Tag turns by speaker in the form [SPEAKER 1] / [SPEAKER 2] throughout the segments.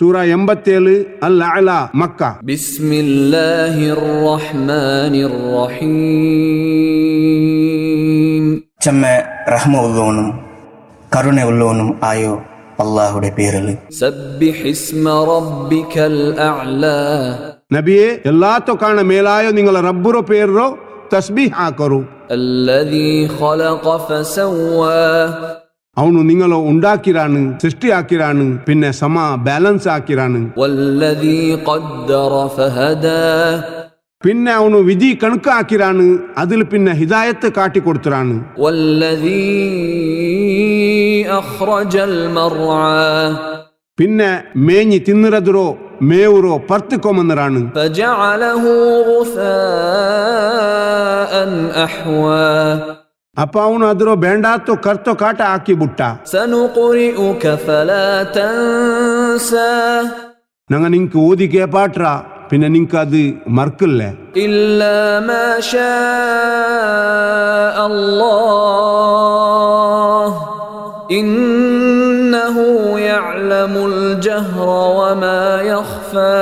[SPEAKER 1] சூரா எண்பத்தேழு அல் அலா மக்கா
[SPEAKER 2] بسم الله الرحمن الرحيم
[SPEAKER 3] ചെമ്മ റഹ്മ ഉള്ളവനും കരുണ ഉള്ളവനും ആയോ അള്ളാഹുടെ പേരിൽ
[SPEAKER 2] سبح اسم ربك الأعلى
[SPEAKER 1] ನಬಿಯೇ ಎಲ್ಲಾ ತೊಕಾಣ ಮೇಲಾಯೋ ನಿಂಗಳ ರಬ್ಬುರೋ ಪೇರ್ರೋ ತಸ್ಬೀಹ್ ಹಾಕರು
[SPEAKER 2] الذي خلق فسوى
[SPEAKER 1] ಅವನು ನಿಂಗಳ ಉಂಡಾಕಿರಾನು ಸೃಷ್ಟಿ ಹಾಕಿರಾನು ಪಿನ್ನೆ ಸಮ ಬ್ಯಾಲೆನ್ಸ್ ಹಾಕಿರಾನು
[SPEAKER 2] والذي قدر فهدى
[SPEAKER 1] ಪಿನ್ನೆ ಅವನು ವಿಧಿ ಕಣಕ ಹಾಕಿರಾನು ಅದಿಲ್ ಪಿನ್ನೆ ಹಿದಾಯತ್ ಕಾಟಿ ಕೊಡ್ತಿರಾನು
[SPEAKER 2] والذي أخرج المرعى
[SPEAKER 1] ಪಿನ್ನೆ ಮೇಣಿ ತಿನ್ನರದ್ರೋ ಮೇವುರೋ ಪರ್ತಿಕೊಂಬಂದಿರಾನು
[SPEAKER 2] فجعله غثاء أحوى
[SPEAKER 1] ಅಪ್ಪ ಅವನು ಅದ್ರೋ ಬೇಂಡಾತೋ ಕರ್ತೋ ಕಾಟ ಹಾಕಿ ಬಿಟ್ಟ
[SPEAKER 2] سنقرئك فلا تنسى
[SPEAKER 1] ನಂಗ ನಿಂಕ ಓದಿಕೆ ಪಾಟ್ರ ಪಿನ್ನೆ ನಿಂಕ ಅದು ಮರ್ಕಲ್ಲೇ
[SPEAKER 2] إلا ما شاء الله إنه يعلم الجهر وما يخفى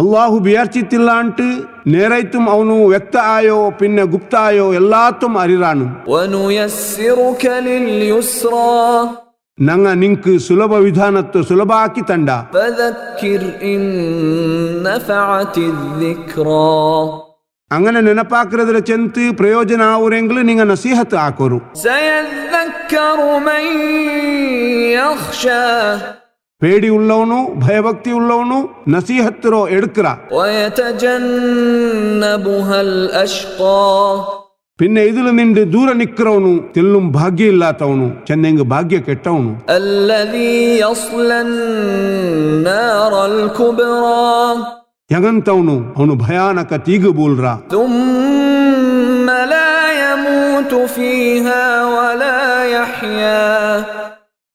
[SPEAKER 1] ಅಲ್ಲಾಹು ಬಿಯರ್ಚಿತ್ತಿಲ್ಲ ಅಂಟು ನೇರೈತುಂ ಅವನು ವ್ಯಕ್ತ ಆಯೋ ಪಿನ್ನೆ ಗುಪ್ತ ಆಯೋ ಎಲ್ಲಾತುಂ ಅರಿರಾನು
[SPEAKER 2] ونيسرك لليسرى
[SPEAKER 1] ನಂಗ ನಿಂಕು ಸುಲಭ ವಿಧಾನತ್ತು ಸುಲಭ ಹಾಕಿ ತಂಡ
[SPEAKER 2] فذكر إن نفعت الذكرى
[SPEAKER 1] ಅಂಗನೆ ನೆನಪಾಕಿರದ್ರ ಚೆಂತು ಪ್ರಯೋಜನ ಆವರೆಂಗ್ಲು ನಿಂಗ ನಸೀಹತ್ ಹಾಕೋರು
[SPEAKER 2] سيذكر من يخشى
[SPEAKER 1] ಬೇಡಿ ಉಳ್ಳವನು ಭಯಭಕ್ತಿ ಉಳ್ಳವನು ನಸೀಹತ್ತಿರೋ ಎಡ್ಕರ
[SPEAKER 2] ويتجنبها الأشقى
[SPEAKER 1] ಪಿನ್ನೆ ಇದಿಲು ನಿಂಡು ದೂರ ನಿಕ್ಕರವನು ತಿಲ್ಲುಂ ಭಾಗ್ಯ ಇಲ್ಲಾತವನು ಚೆನ್ನೆಂಗ್ ಭಾಗ್ಯ ಕೆಟ್ಟವನು
[SPEAKER 2] الذي يصلى النار الكبرى
[SPEAKER 1] ಹೆಗಂತವನು ಅವನು ಭಯಾನಕ ತೀಗು ಬೂಲ್ರ
[SPEAKER 2] ثم لا يموت فيها ولا يحيا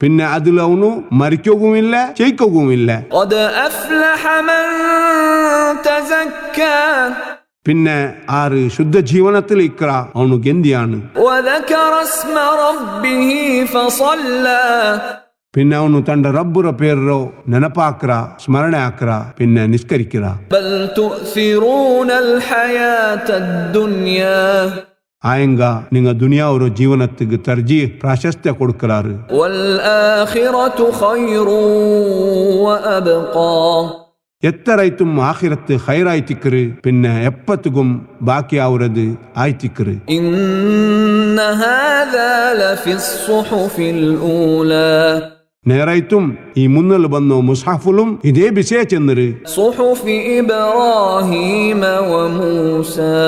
[SPEAKER 1] ಪಿನ್ನೆ ಅದಿಲು ಅವನು ಮರಿಕೋಗೂ ಇಲ್ಲ ಚೈಕೋಗೂ ಇಲ್ಲ
[SPEAKER 2] قد أفلح من تزكى
[SPEAKER 1] പിന്നെ ആറ് ശുദ്ധ ജീവനത്തിൽ ഇക്ര അവനു ഗന്ധിയാണ്
[SPEAKER 2] وذكر اسم ربه فصلى
[SPEAKER 1] പിന്നെ അവനു തന്റെ റബ്ബുറ പേരോ നെനപ്പാക്ര സ്മരണ ആക്ര പിന്നെ നിസ്കരിക്കറ
[SPEAKER 2] بل تؤثرون الحياة الدنيا
[SPEAKER 1] ആയങ്ക നിങ്ങ ദുനിയാവൊരു ജീവനത്തിക്ക് തർജി പ്രാശസ്ത്യ കൊടുക്കറാറ്
[SPEAKER 2] والآخرة خير وأبقى
[SPEAKER 1] എത്തറൈത്തും ആഹിരത്ത് ഹൈറായിത്തിക്കറ് പിന്നെ എപ്പത്തുകും ബാക്കിയാവുന്നത് ആയിത്തിക്കറ്
[SPEAKER 2] إن هذا لفي الصحف الأولى
[SPEAKER 1] നേറായിട്ടും ഈ മുന്നിൽ വന്നോ മുസാഫുലും ഇതേ ബിസേ ചെന്നര്
[SPEAKER 2] صحف إبراهيم وموسى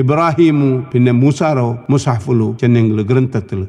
[SPEAKER 1] ഇബ്രാഹിമു പിന്നെ മൂസാറോ മുസാഫുലു ചെന്നെങ്കിൽ ഗ്രന്ഥത്തില്